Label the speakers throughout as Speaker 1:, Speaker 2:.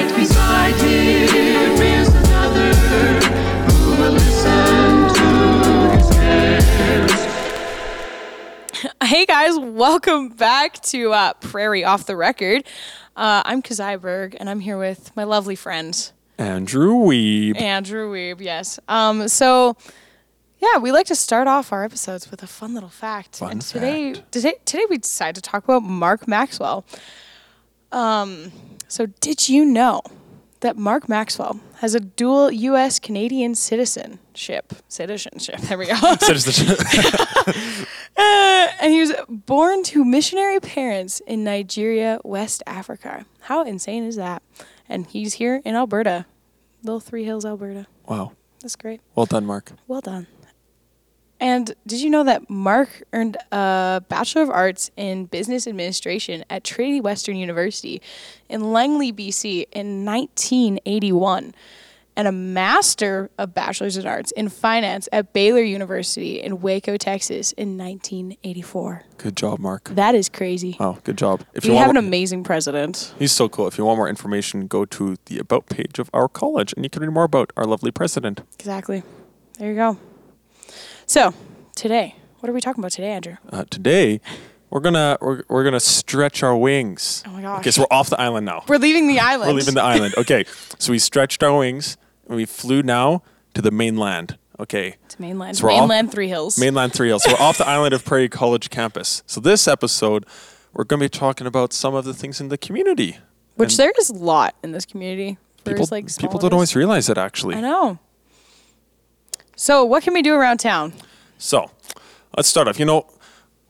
Speaker 1: my dear, is another who will listen to his cares.
Speaker 2: Hey guys, welcome back to uh, Prairie Off the Record. Uh, I'm Kazai Berg, and I'm here with my lovely friend
Speaker 3: Andrew Weeb.
Speaker 2: Andrew Weeb. Yes. Um, so, yeah, we like to start off our episodes with a fun little fact.
Speaker 3: Fun
Speaker 2: and today,
Speaker 3: fact.
Speaker 2: today, today we decided to talk about Mark Maxwell. Um, so, did you know that Mark Maxwell has a dual U.S. Canadian citizenship? Citizenship. There we go.
Speaker 3: Citizenship.
Speaker 2: and he was born to missionary parents in Nigeria, West Africa. How insane is that? And he's here in Alberta, Little Three Hills, Alberta.
Speaker 3: wow.
Speaker 2: That's great.
Speaker 3: Well done, Mark.
Speaker 2: Well done. And did you know that Mark earned a Bachelor of Arts in Business Administration at Trinity Western University in Langley, BC in 1981 and a Master of Bachelor's in Arts in Finance at Baylor University in Waco, Texas in 1984?
Speaker 3: Good job, Mark.
Speaker 2: That is crazy.
Speaker 3: Wow, good job. If
Speaker 2: we have an
Speaker 3: want,
Speaker 2: amazing president.
Speaker 3: he's so cool. If you want more information, go to the about page of our college, and you can read more about our lovely president.
Speaker 2: Exactly. There you go. So, today, what are we talking about today, Andrew?
Speaker 3: Uh, today, we're gonna we're, we're gonna stretch our wings.
Speaker 2: Oh my gosh.
Speaker 3: Okay, so we're off the island now.
Speaker 2: We're leaving the island.
Speaker 3: We're leaving the island. Okay, so we stretched our wings and we flew now to the mainland. Okay,
Speaker 2: It's mainland.
Speaker 3: So we're all-
Speaker 2: mainland Three Hills.
Speaker 3: Mainland Three Hills. So we're off the island of Prairie College campus. So this episode, we're going to be talking about some of the things in the community.
Speaker 2: which
Speaker 3: And
Speaker 2: there is a lot in this community. There's,
Speaker 3: people,
Speaker 2: like
Speaker 3: people
Speaker 2: small
Speaker 3: don't
Speaker 2: ones.
Speaker 3: always realize it actually.
Speaker 2: I know. So what can we do around town?
Speaker 3: So let's start off. You know,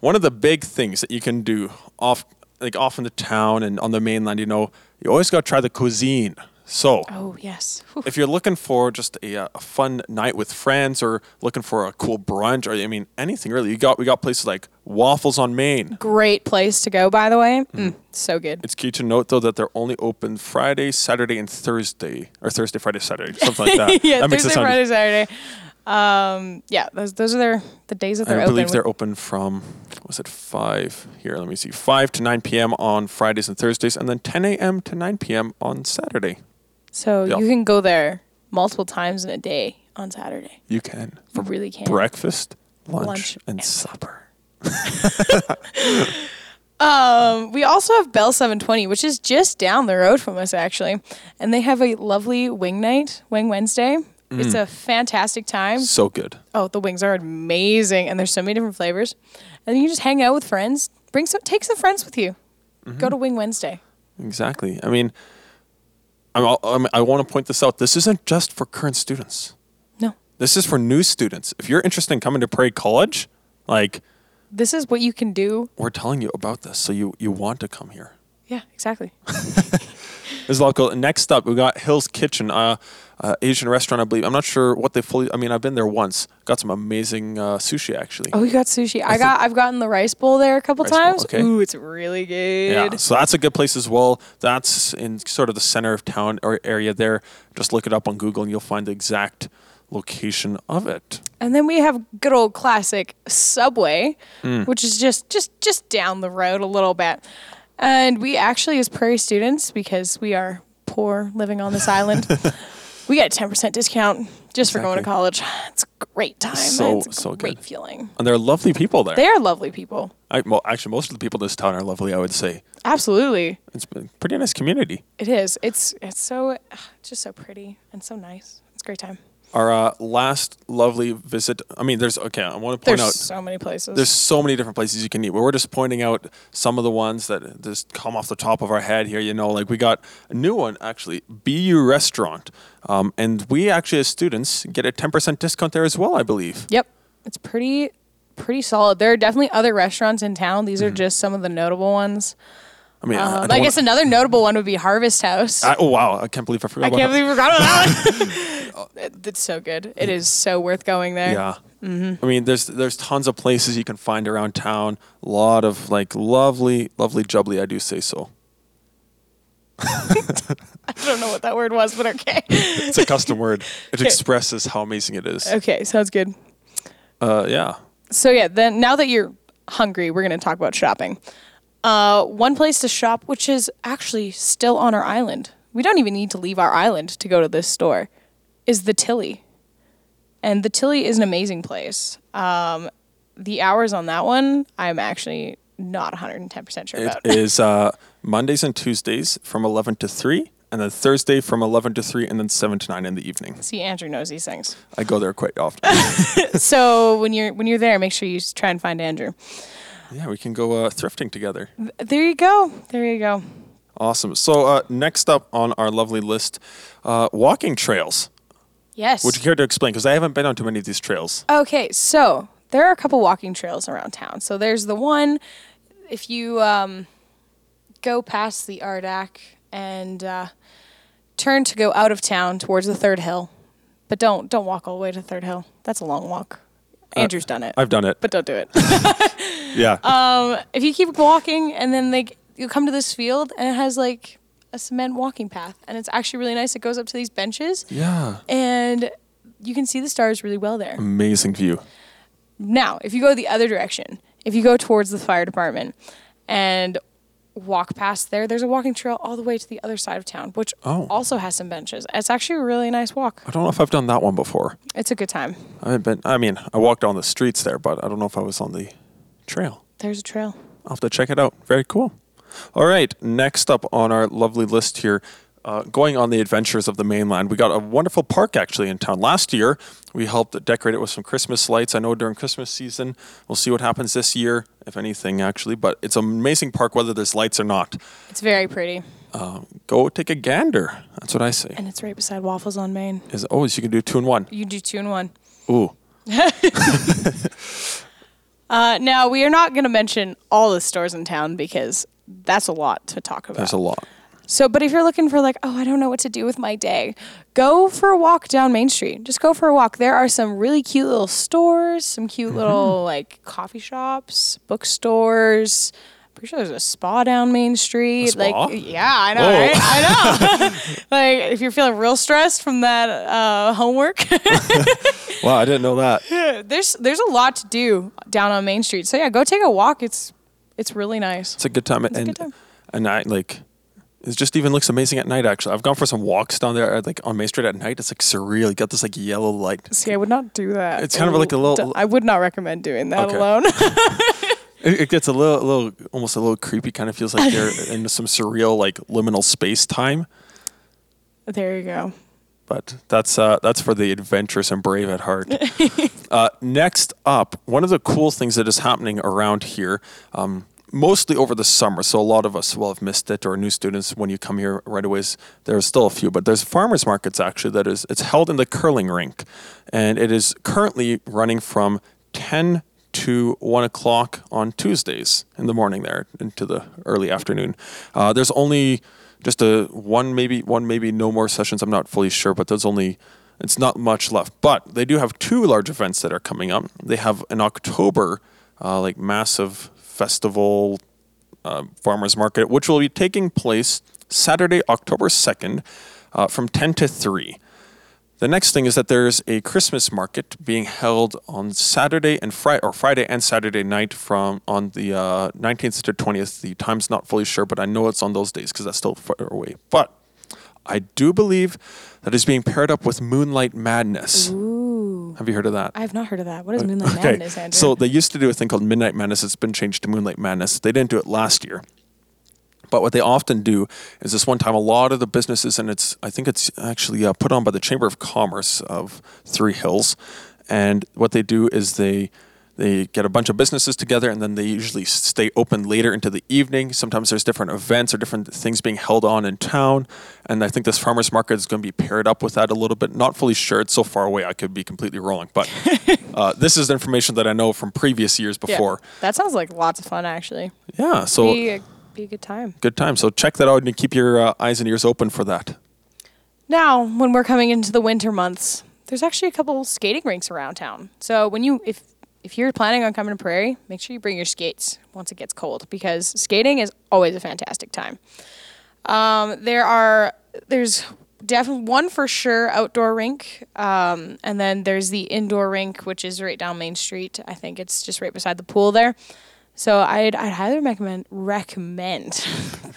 Speaker 3: one of the big things that you can do off like off in the town and on the mainland, you know, you always got to try the cuisine. So
Speaker 2: Oh yes. Whew.
Speaker 3: if you're looking for just a, uh, a fun night with friends or looking for a cool brunch or I mean anything really, you got we got places like Waffles on Main.
Speaker 2: Great place to go, by the way. Mm, so good.
Speaker 3: Mm-hmm. It's key to note though that they're only open Friday, Saturday, and Thursday, or Thursday, Friday, Saturday, something like that.
Speaker 2: yeah,
Speaker 3: uh, that makes it
Speaker 2: Thursday,
Speaker 3: sound-
Speaker 2: Friday, Saturday. Um, yeah, those those are their the days that they're
Speaker 3: I
Speaker 2: open.
Speaker 3: believe
Speaker 2: We-
Speaker 3: they're open from was it five here? Let me see, five to nine p.m. on Fridays and Thursdays, and then ten a.m. to nine p.m. on Saturday.
Speaker 2: so
Speaker 3: yeah.
Speaker 2: you can go there multiple times in a day on Saturday.
Speaker 3: You can
Speaker 2: You
Speaker 3: for
Speaker 2: really can.
Speaker 3: breakfast, lunch,
Speaker 2: Lunch
Speaker 3: and supper.
Speaker 2: Um, we also have Bell 720, which is just down the road from us, actually. And they have a lovely wing night, Wing Wednesday. It's
Speaker 3: Mm.
Speaker 2: a fantastic time.
Speaker 3: So good.
Speaker 2: Oh, the wings are amazing. And there's so many different flavors. And you just hang out with friends. Bring some, Take some friends with you.
Speaker 3: Mm-hmm.
Speaker 2: Go to Wing Wednesday.
Speaker 3: Exactly. I mean, I'm, all- I'm, I want to point this out. This isn't just for current students.
Speaker 2: No,
Speaker 3: This is for new students. If you're interested in coming to Prairie College, like
Speaker 2: this is what you can do.
Speaker 3: we're telling you about this, so you you want to come here.
Speaker 2: Yeah, exactly.
Speaker 3: This is local. Next up, we got Hill's Kitchen, uh, uh, Asian restaurant, I believe. I'm not sure what they fully. I mean, I've been there once. Got some amazing uh, sushi actually.
Speaker 2: Oh, you got sushi. I, got. I've gotten the rice bowl there a couple
Speaker 3: Rice bowl,
Speaker 2: times.
Speaker 3: okay.
Speaker 2: Ooh, it's really
Speaker 3: yeah,
Speaker 2: good.
Speaker 3: so that's a good place as well. That's in sort of the center of town or area there. Just look it up on Google and you'll find the exact location of it.
Speaker 2: And then we have good old classic Subway,
Speaker 3: Hmm.
Speaker 2: which is just just just down the road a little bit. And we actually, as Prairie students, because we are poor living on this island, we get a ten percent discount just for going to
Speaker 3: Exactly.
Speaker 2: college. It's a great time.
Speaker 3: So-
Speaker 2: it's a
Speaker 3: so
Speaker 2: great
Speaker 3: good.
Speaker 2: feeling.
Speaker 3: And they're lovely people there.
Speaker 2: They are lovely people.
Speaker 3: I, well, actually, most of the people in this town are lovely. I would say
Speaker 2: Absolutely,
Speaker 3: it's a pretty nice community.
Speaker 2: it is. It's it's so just so pretty and so nice. It's a great time.
Speaker 3: Our uh, last lovely visit. I mean, there's okay. I want to point
Speaker 2: There's
Speaker 3: out
Speaker 2: so many places.
Speaker 3: there's so many different places you can eat. But we're just pointing out some of the ones that just come off the top of our head here. You know, like we got a new one actually, BU Restaurant, um, and we actually as students get a 10% discount there as well, I believe.
Speaker 2: Yep. It's pretty pretty solid. There are definitely other restaurants in town. These are just some of the notable ones.
Speaker 3: I mean, I- I,
Speaker 2: Uh,
Speaker 3: don't
Speaker 2: I guess
Speaker 3: wanna-
Speaker 2: another notable one would be Harvest House. I,
Speaker 3: I- oh wow, I can't believe I forgot. about
Speaker 2: can't
Speaker 3: that.
Speaker 2: believe we forgot about that one. it's so good. It is so worth going there.
Speaker 3: Yeah.
Speaker 2: Mm-hmm.
Speaker 3: I mean, there's there's tons of places you can find around town. A lot of like lovely, lovely jubbly. I do say so.
Speaker 2: I don't know what that word was, but okay.
Speaker 3: It's a custom word. It expresses how amazing it is.
Speaker 2: okay, sounds good.
Speaker 3: Uh, yeah.
Speaker 2: So yeah, then now that you're hungry, we're gonna talk about shopping. Uh, one place to shop, which is actually still on our island, we don't even need to leave our island to go to this store, is the Tilly. And the Tilly is an amazing place. Um, the hours on that one, I'm actually not 110% sure
Speaker 3: It
Speaker 2: about.
Speaker 3: is uh, Mondays and Tuesdays from 11 to 3, and then Thursday from 11 to 3, and then 7 to 9 in the evening.
Speaker 2: See, Andrew knows these things.
Speaker 3: I go there quite often.
Speaker 2: so when you're when you're there, make sure you s- try and find Andrew.
Speaker 3: yeah, we can go uh, thrifting together.
Speaker 2: There you go. There you go.
Speaker 3: Awesome. So, uh, next up on our lovely list uh, walking trails.
Speaker 2: Yes.
Speaker 3: Would you care to explain? Because I haven't been on too many of these trails.
Speaker 2: Okay, so there are a couple walking trails around town. So there's the one, if you um, go past the Ardak and uh, turn to go out of town towards the third hill, but don't don't walk all the way to third hill. That's a long walk. Andrew's done it,
Speaker 3: Uh, I've done it.
Speaker 2: but don't do it.
Speaker 3: yeah.
Speaker 2: if you keep walking and then like you come to this field and it has like a cement walking path and it's actually really nice. It goes up to these benches
Speaker 3: yeah.
Speaker 2: and you can see the stars really well there.
Speaker 3: Amazing view.
Speaker 2: Now, if you go the other direction, if you go towards the fire department and walk past there, there's a walking trail all the way to the other side of town, which
Speaker 3: Oh.
Speaker 2: also has some benches. It's actually a really nice walk.
Speaker 3: I don't know if I've done that one before.
Speaker 2: It's a good time.
Speaker 3: I haven't been. I mean, I walked on the streets there, but I don't know if I was on the trail.
Speaker 2: There's a trail.
Speaker 3: I'll have to check it out. Very cool. All right. Next up on our lovely list here, uh, going on the adventures of the mainland, we got a wonderful park actually in town. Last year, we helped decorate it with some Christmas lights. I know during Christmas season, we'll see what happens this year, if anything, actually, but it's an amazing park whether there's lights or not.
Speaker 2: It's very pretty.
Speaker 3: Go take a gander. That's what I say.
Speaker 2: And it's right beside Waffles on Main.
Speaker 3: Is always you can do two in one.
Speaker 2: You do two and one.
Speaker 3: Ooh.
Speaker 2: Uh, now, we are not going to mention all the stores in town because that's a lot to talk about.
Speaker 3: There's a lot.
Speaker 2: So, but if you're looking for like, oh, I don't know what to do with my day, go for a walk down Main Street. Just go for a walk. There are some really cute little stores, some cute
Speaker 3: Mm-hmm.
Speaker 2: little like coffee shops, bookstores. Pretty sure there's a spa down Main Street.
Speaker 3: spa?
Speaker 2: Like, yeah, I know,
Speaker 3: Whoa.
Speaker 2: right? I know. like, if you're feeling real stressed from that uh, homework,
Speaker 3: Wow, I didn't know that.
Speaker 2: there's there's a lot to do down on Main Street. So yeah, go take a walk. It's it's really nice.
Speaker 3: It's a good time.
Speaker 2: a
Speaker 3: and
Speaker 2: good time.
Speaker 3: and I like it just even looks amazing at night actually. I've gone for some walks down there at, like on Main Street at night. It's like surreal. You got this like yellow light.
Speaker 2: See, I would not do that.
Speaker 3: It's kind of like a little-
Speaker 2: Don't- I would not recommend doing that
Speaker 3: Okay.
Speaker 2: alone.
Speaker 3: It, it gets a little little almost a little creepy, kind of feels like you're in some surreal like liminal space time.
Speaker 2: There you go.
Speaker 3: But that's uh, that's for the adventurous and brave at heart. uh, next up, one of the cool things that is happening around here, um, mostly over the summer. So a lot of us will have missed it, or new students when you come here right away. is- There's still a few, but there's farmers markets actually that is it's held in the curling rink, and it is currently running from 10 to one o'clock on Tuesdays in the morning there into the early afternoon. Uh, there's only just a one maybe one maybe no more sessions. I'm not fully sure, but there's only it's not much left. But they do have two large events that are coming up. They have in October uh, like massive festival uh, farmers market, which will be taking place Saturday, October 2nd uh, from 10 to 3. The next thing is that there's a Christmas market being held on Saturday and Friday, or Friday and Saturday night from on the uh, 19th to 20th. The time's not fully sure, but I know it's on those days because that's still far away. But I do believe that is being paired up with Moonlight Madness. Have you heard of that?
Speaker 2: I have not heard of that. What is Moonlight Madness, Andrew?
Speaker 3: So they used to do a thing called Midnight Madness. It's been changed to Moonlight Madness. They didn't do it last year. But what they often do is this one time, a lot of the businesses, and it's I think it's actually uh, put on by the Chamber of Commerce of Three Hills, and what they do is they they get a bunch of businesses together, and then they usually stay open later into the evening. Sometimes there's different events or different things being held on in town, and I think this farmers market is going to be paired up with that a little bit. Not fully sure; it's so far away, I could be completely wrong. But uh, this is information that I know from previous years
Speaker 2: Yeah.
Speaker 3: before.
Speaker 2: That sounds like lots of fun, actually.
Speaker 3: Yeah, so
Speaker 2: be, a, be a good time.
Speaker 3: good time. So check that out and keep your uh, eyes and ears open for that.
Speaker 2: Now, when we're coming into the winter months, there's actually a couple skating rinks around town. So when you if if you're planning on coming to Prairie, make sure you bring your skates once it gets cold because skating is always a fantastic time. Um, there are there's definitely one for sure outdoor rink, um, and then there's the indoor rink which is right down Main Street. I think it's just right beside the pool there. So I'd I'd highly recommend recommend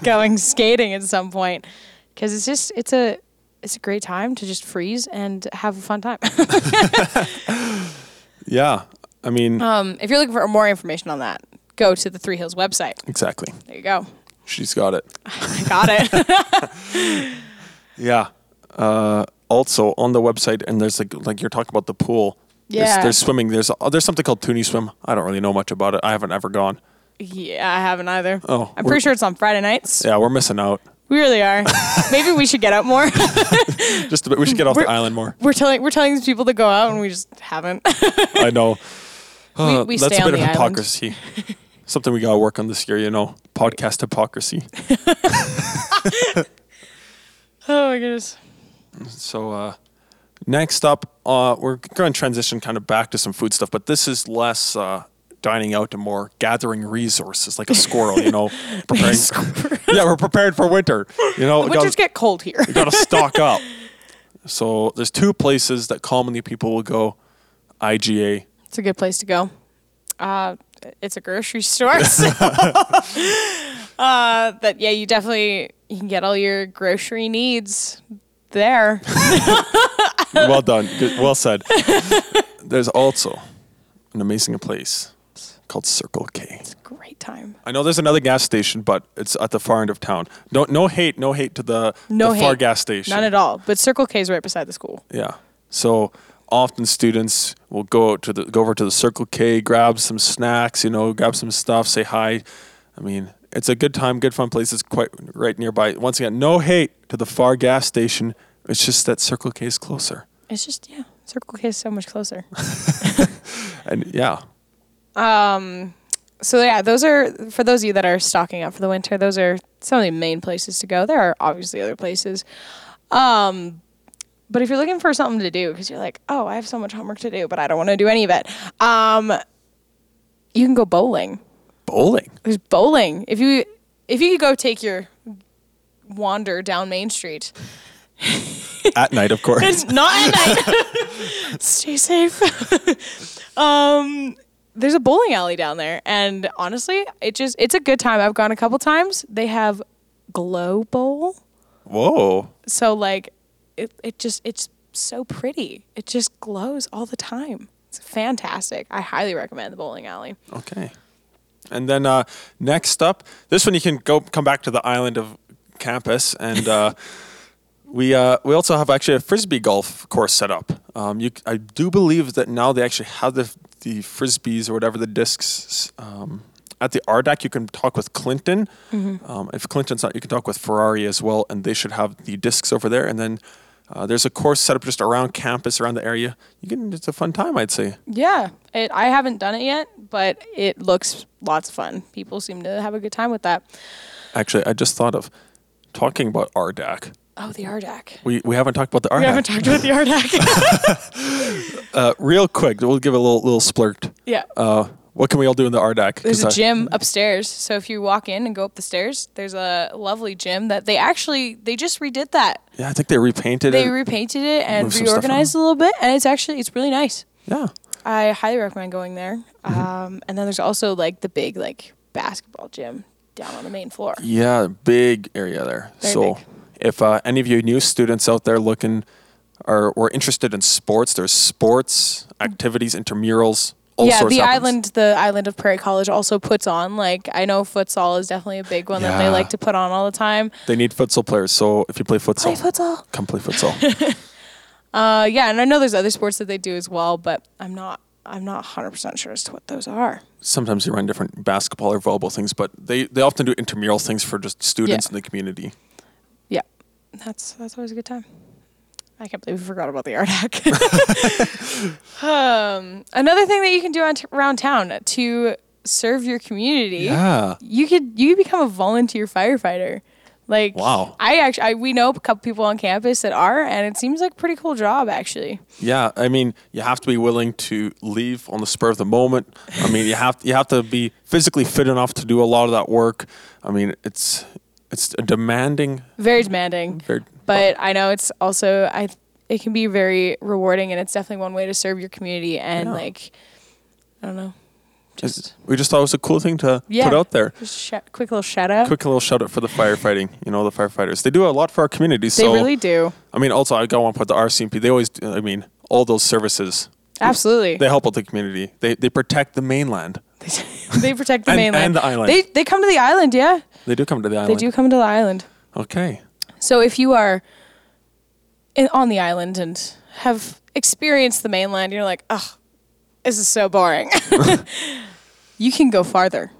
Speaker 2: going skating at some point. because it's just it's a it's a great time to just freeze and have a fun time.
Speaker 3: Yeah. I mean,
Speaker 2: um, if you're looking for more information on that, go to the Three Hills website.
Speaker 3: exactly.
Speaker 2: There you go.
Speaker 3: She's got it.
Speaker 2: I got it.
Speaker 3: Yeah. Uh, also on the website, and there's like like you're talking about the pool. There's,
Speaker 2: Yeah.
Speaker 3: there's swimming. There's uh, there's something called Toonie Swim. I don't really know much about it. I haven't ever gone.
Speaker 2: yeah, I haven't either.
Speaker 3: Oh,
Speaker 2: I'm
Speaker 3: we're-
Speaker 2: pretty sure it's on Friday nights.
Speaker 3: Yeah, we're missing out.
Speaker 2: We really are. Maybe we should get out more.
Speaker 3: Just a bit. We should get off the
Speaker 2: We're-
Speaker 3: island more.
Speaker 2: we're telling we're telling these people to go out and we just haven't.
Speaker 3: I know. Uh,
Speaker 2: we
Speaker 3: that's
Speaker 2: stay
Speaker 3: a bit
Speaker 2: on
Speaker 3: of
Speaker 2: the island.
Speaker 3: hypocrisy. Something we gotta work on this year, you know. Podcast hypocrisy.
Speaker 2: oh my goodness.
Speaker 3: So uh, next up, uh, we're going to transition kind of back to some food stuff, but this is less uh, dining out and more gathering resources, like a squirrel, you know. Preparing. yeah, we're prepared for winter. You know,
Speaker 2: Winters
Speaker 3: gotta-
Speaker 2: get cold here.
Speaker 3: you gotta stock up. So there's two places that commonly people will go: IGA.
Speaker 2: It's a good place to go. Uh, it's a grocery store. so, uh, that yeah, you definitely you can get all your grocery needs there.
Speaker 3: Well done. Good- Well said. There's also an amazing place called Circle K.
Speaker 2: Great time.
Speaker 3: I know there's another gas station, but it's at the far end of town. No, no hate, no hate to the,
Speaker 2: No
Speaker 3: the far
Speaker 2: hate.
Speaker 3: gas station.
Speaker 2: None at all. But Circle K is right beside the school.
Speaker 3: Yeah. So often students will go out to the go over to the Circle K, grab some snacks, you know, grab some stuff, say hi. I mean, it's a good time, good fun place. It's quite right nearby. Once again, no hate to the far gas station. It's just that Circle K is closer.
Speaker 2: It's just yeah, Circle K is so much closer.
Speaker 3: And yeah,
Speaker 2: so yeah, those are for those of you that are stocking up for the winter. Those are some of the main places to go. There are obviously other places, um, but if you're looking for something to do because you're like, oh, I have so much homework to do, but I don't want to do any of it, um, you can go bowling.
Speaker 3: bowling.
Speaker 2: There's bowling. If you if you could go take your wander down Main Street,
Speaker 3: At night, of course.
Speaker 2: it's not at night. Stay safe. um, there's a bowling alley down there, and honestly, it just it's a good time. I've gone a couple times. They have glow bowl,
Speaker 3: Whoa.
Speaker 2: so like it it just it's so pretty. It just glows all the time. It's fantastic. I highly recommend the bowling alley.
Speaker 3: Okay. And then uh, next up, this one you can go come back to the island of campus, and uh, we uh, we also have actually a frisbee golf course set up. Um, you, c- I do believe that now they actually have the the frisbees or whatever the discs um, at the RDAC. You can talk with Clinton. Um, if Clinton's not, you can talk with Ferrari as well, and they should have the discs over there. And then uh, there's a course set up just around campus, around the area. You can it's a fun time, I'd say.
Speaker 2: Yeah, it, I haven't done it yet, but it looks lots of fun. People seem to have a good time with that.
Speaker 3: Actually, I just thought of talking about RDAC.
Speaker 2: Oh, the Ardac.
Speaker 3: We, we haven't talked about the
Speaker 2: We haven't
Speaker 3: RDAC.
Speaker 2: talked about the Ardac.
Speaker 3: Uh, real quick, we'll give a little little splurt.
Speaker 2: yeah.
Speaker 3: Uh, what can we all do in the RDAC?
Speaker 2: There's
Speaker 3: 'Cause
Speaker 2: a
Speaker 3: I-
Speaker 2: gym upstairs. So if you walk in and go up the stairs, there's a lovely gym that they actually they just redid that.
Speaker 3: yeah, I think they repainted
Speaker 2: They
Speaker 3: it.
Speaker 2: repainted it and
Speaker 3: Move some stuff
Speaker 2: reorganized a little bit and it's actually it's really nice.
Speaker 3: yeah.
Speaker 2: I highly recommend going there.
Speaker 3: Mm-hmm.
Speaker 2: Um, and then there's also like the big like basketball gym down on the main floor.
Speaker 3: Yeah, big area there.
Speaker 2: Very
Speaker 3: so,
Speaker 2: big.
Speaker 3: if uh, any of you new students out there looking or were interested in sports, there's sports activities, intramurals, all
Speaker 2: yeah,
Speaker 3: sorts.
Speaker 2: the
Speaker 3: happens.
Speaker 2: island the island of Prairie College also puts on like I know futsal is definitely a big one that they
Speaker 3: Yeah.
Speaker 2: like to put on all the time.
Speaker 3: They need futsal players. So if you play
Speaker 2: Play
Speaker 3: futsal,
Speaker 2: futsal.
Speaker 3: come play futsal.
Speaker 2: Uh, yeah, and I know there's other sports that they do as well, but I'm not I'm not 100% sure as to what those are.
Speaker 3: Sometimes they run different basketball or volleyball things, but they, they often do intramural things for just students in the community.
Speaker 2: Yeah, that's that's always a good time. I can't believe we forgot about the art hack. um, another thing that you can do on t- around town to serve your community.
Speaker 3: Yeah.
Speaker 2: you could you could become a volunteer firefighter. Like
Speaker 3: Wow.
Speaker 2: I actually I, we know a couple people on campus that are, and it seems like a pretty cool job actually.
Speaker 3: Yeah, I mean, you have to be willing to leave on the spur of the moment. I mean, you have you have to be physically fit enough to do a lot of that work. I mean, it's it's a demanding.
Speaker 2: Very demanding.
Speaker 3: Very-
Speaker 2: but I know it's also I it can be very rewarding, and it's definitely one way to serve your community and
Speaker 3: Yeah.
Speaker 2: like I don't know Just
Speaker 3: we just thought it was a cool thing to
Speaker 2: Yeah.
Speaker 3: put out there.
Speaker 2: just sh- quick little shout out.
Speaker 3: Quick little shout out for the firefighting. You know, the firefighters. They do a lot for our community.
Speaker 2: they
Speaker 3: so
Speaker 2: really do.
Speaker 3: I mean, also I got one put the RCMP. They always. do- I mean, all those services.
Speaker 2: Absolutely.
Speaker 3: They help out the community. They they protect the mainland.
Speaker 2: they protect the
Speaker 3: And-
Speaker 2: mainland
Speaker 3: and the island.
Speaker 2: They they come to the island, yeah.
Speaker 3: They do come to the
Speaker 2: They
Speaker 3: island.
Speaker 2: do come to the island.
Speaker 3: Okay.
Speaker 2: So if you are in, on the island and have experienced the mainland, you're like, ugh, this is so boring. you can go farther.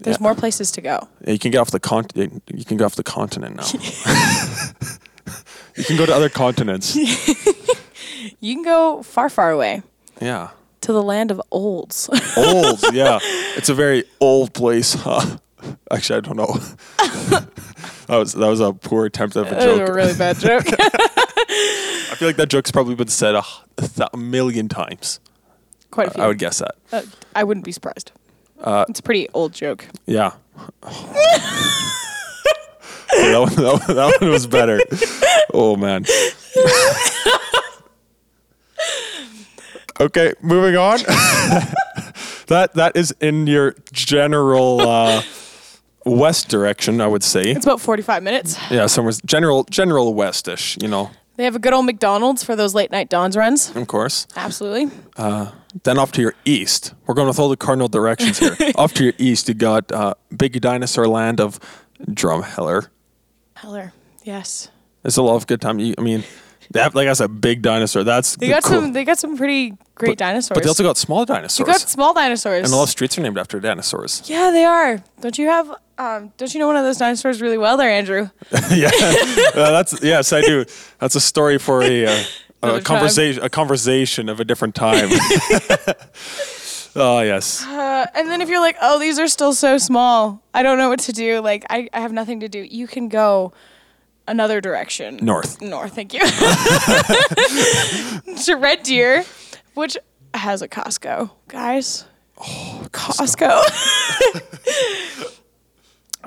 Speaker 2: There's
Speaker 3: Yeah.
Speaker 2: more places to go.
Speaker 3: Yeah, you can get off the con- You can get off the continent now. you can go to other continents.
Speaker 2: You can go far, far away
Speaker 3: Yeah.
Speaker 2: to the land of olds.
Speaker 3: Old. Yeah. It's a very old place. Huh? Actually, I don't know. that was that was a poor attempt at a
Speaker 2: that was
Speaker 3: joke.
Speaker 2: a really bad joke.
Speaker 3: I feel like that joke's probably been said a, h- a th- a million times.
Speaker 2: Quite a few.
Speaker 3: I would Uh, guess that.
Speaker 2: Uh, I wouldn't be surprised. it's a pretty old joke.
Speaker 3: Yeah. Okay, that, one, that, one, that one was better. Oh man. okay, moving on. that that is in your general uh, west direction, I would say.
Speaker 2: It's about 45 minutes.
Speaker 3: Yeah, somewhere general general westish, you know,
Speaker 2: They have a good old McDonald's for those late night Don's runs.
Speaker 3: of course.
Speaker 2: Absolutely.
Speaker 3: Then off to your east. We're going with all the cardinal directions here. off to your east, you got uh, Big Dinosaur Land of Drumheller.
Speaker 2: Heller. Yes.
Speaker 3: It's a lot of good time. You- I mean, that like that's a big dinosaur. That's
Speaker 2: They got some they got some pretty great dinosaurs.
Speaker 3: But they also got small
Speaker 2: They
Speaker 3: dinosaurs.
Speaker 2: got small dinosaurs.
Speaker 3: and all the streets are named after dinosaurs.
Speaker 2: yeah, they are. Don't you have um, don't you know one of those dinosaurs really well there, Andrew?
Speaker 3: yeah, Uh, that's yes, I do. That's a story for a uh,
Speaker 2: Another
Speaker 3: a
Speaker 2: time.
Speaker 3: conversation, a conversation of a different time. oh yes,
Speaker 2: Uh, and then if you're like, oh, these are still so small, I don't know what to do. Like I, I have nothing to do. You can go another direction.
Speaker 3: north.
Speaker 2: North, thank you. to Red Deer, which has a Costco, guys. Costco.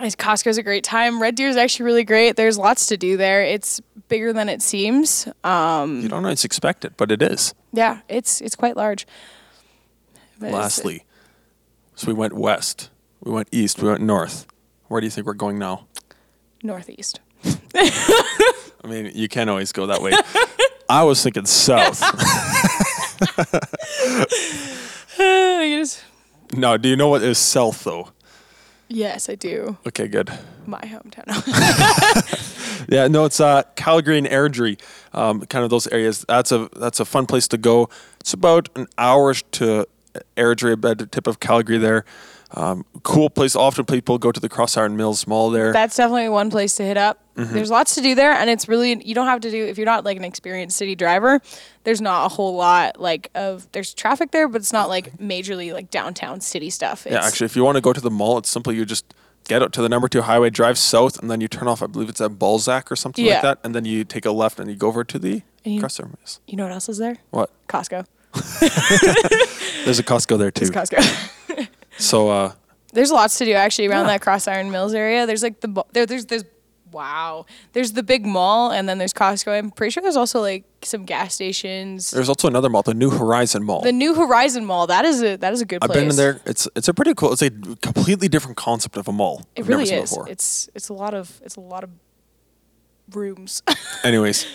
Speaker 2: Is- Costco's a great time. Red Deer is actually really great. There's lots to do there. It's bigger than it seems. Uh,
Speaker 3: You don't always expect it, but it is.
Speaker 2: Yeah, it's it's quite large. But it's-
Speaker 3: Lastly, so we went west, we went east, we went north. Where do you think we're going now?
Speaker 2: northeast.
Speaker 3: I mean, you can't always go that way. I was thinking south.
Speaker 2: I guess-
Speaker 3: no, do you know what is south though?
Speaker 2: yes, I do.
Speaker 3: Okay, good.
Speaker 2: My hometown.
Speaker 3: Yeah, no, it's uh, Calgary and Airdrie, um, kind of those areas. That's a that's a fun place to go. It's about an hour to Airdrie, about the tip of Calgary there. Um, cool place. Often people go to the Cross Iron Mills Mall there.
Speaker 2: That's definitely one place to hit up.
Speaker 3: Mm-hmm.
Speaker 2: There's lots to do there, and it's really you don't have to do if you're not like an experienced city driver. There's not a whole lot like of there's traffic there, but it's not like majorly like downtown city stuff. It's,
Speaker 3: yeah, actually, if you want to go to the mall, it's simply you just get out to the number two highway, drive south, and then you turn off. I believe it's at Balzac or something
Speaker 2: Yeah.
Speaker 3: like that, and then you take a left and you go over to the
Speaker 2: And you-
Speaker 3: Cross Iron Mills.
Speaker 2: you know what else is there?
Speaker 3: What?
Speaker 2: Costco.
Speaker 3: There's a Costco there too.
Speaker 2: It's Costco.
Speaker 3: So uh,
Speaker 2: there's lots to do actually around
Speaker 3: Yeah.
Speaker 2: that Cross Iron Mills area. There's like the bu- there there's there's wow. There's the big mall, and then there's Costco. I'm pretty sure there's also like some gas stations.
Speaker 3: there's also another mall, the New Horizon Mall.
Speaker 2: the New Horizon Mall. That is a that is a good
Speaker 3: I've
Speaker 2: place.
Speaker 3: been in there. It's it's a pretty cool. It's a completely different concept of a mall.
Speaker 2: It
Speaker 3: I've
Speaker 2: really
Speaker 3: never seen
Speaker 2: is.
Speaker 3: Before.
Speaker 2: It's it's a lot of it's a lot of rooms.
Speaker 3: Anyways,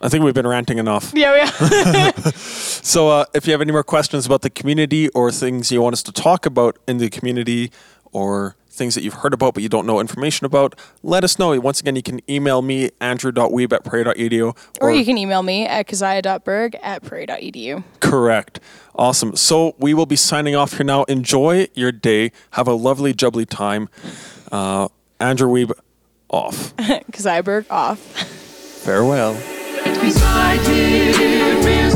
Speaker 3: I think we've been ranting enough.
Speaker 2: yeah, yeah.
Speaker 3: So uh, if you have any more questions about the community or things you want us to talk about in the community or things that you've heard about but you don't know information about, let us know. Once again, you can email me, andrew.weeb at prairie.edu.
Speaker 2: or you can email me at kazaya.berg at E prairie.edu.
Speaker 3: Correct. Awesome. So we will be signing off here now. Enjoy your day. Have a lovely, jubbly time. Uh, Andrew Weeb, off.
Speaker 2: Kazaya Berg off.
Speaker 3: Farewell.
Speaker 1: Beside him is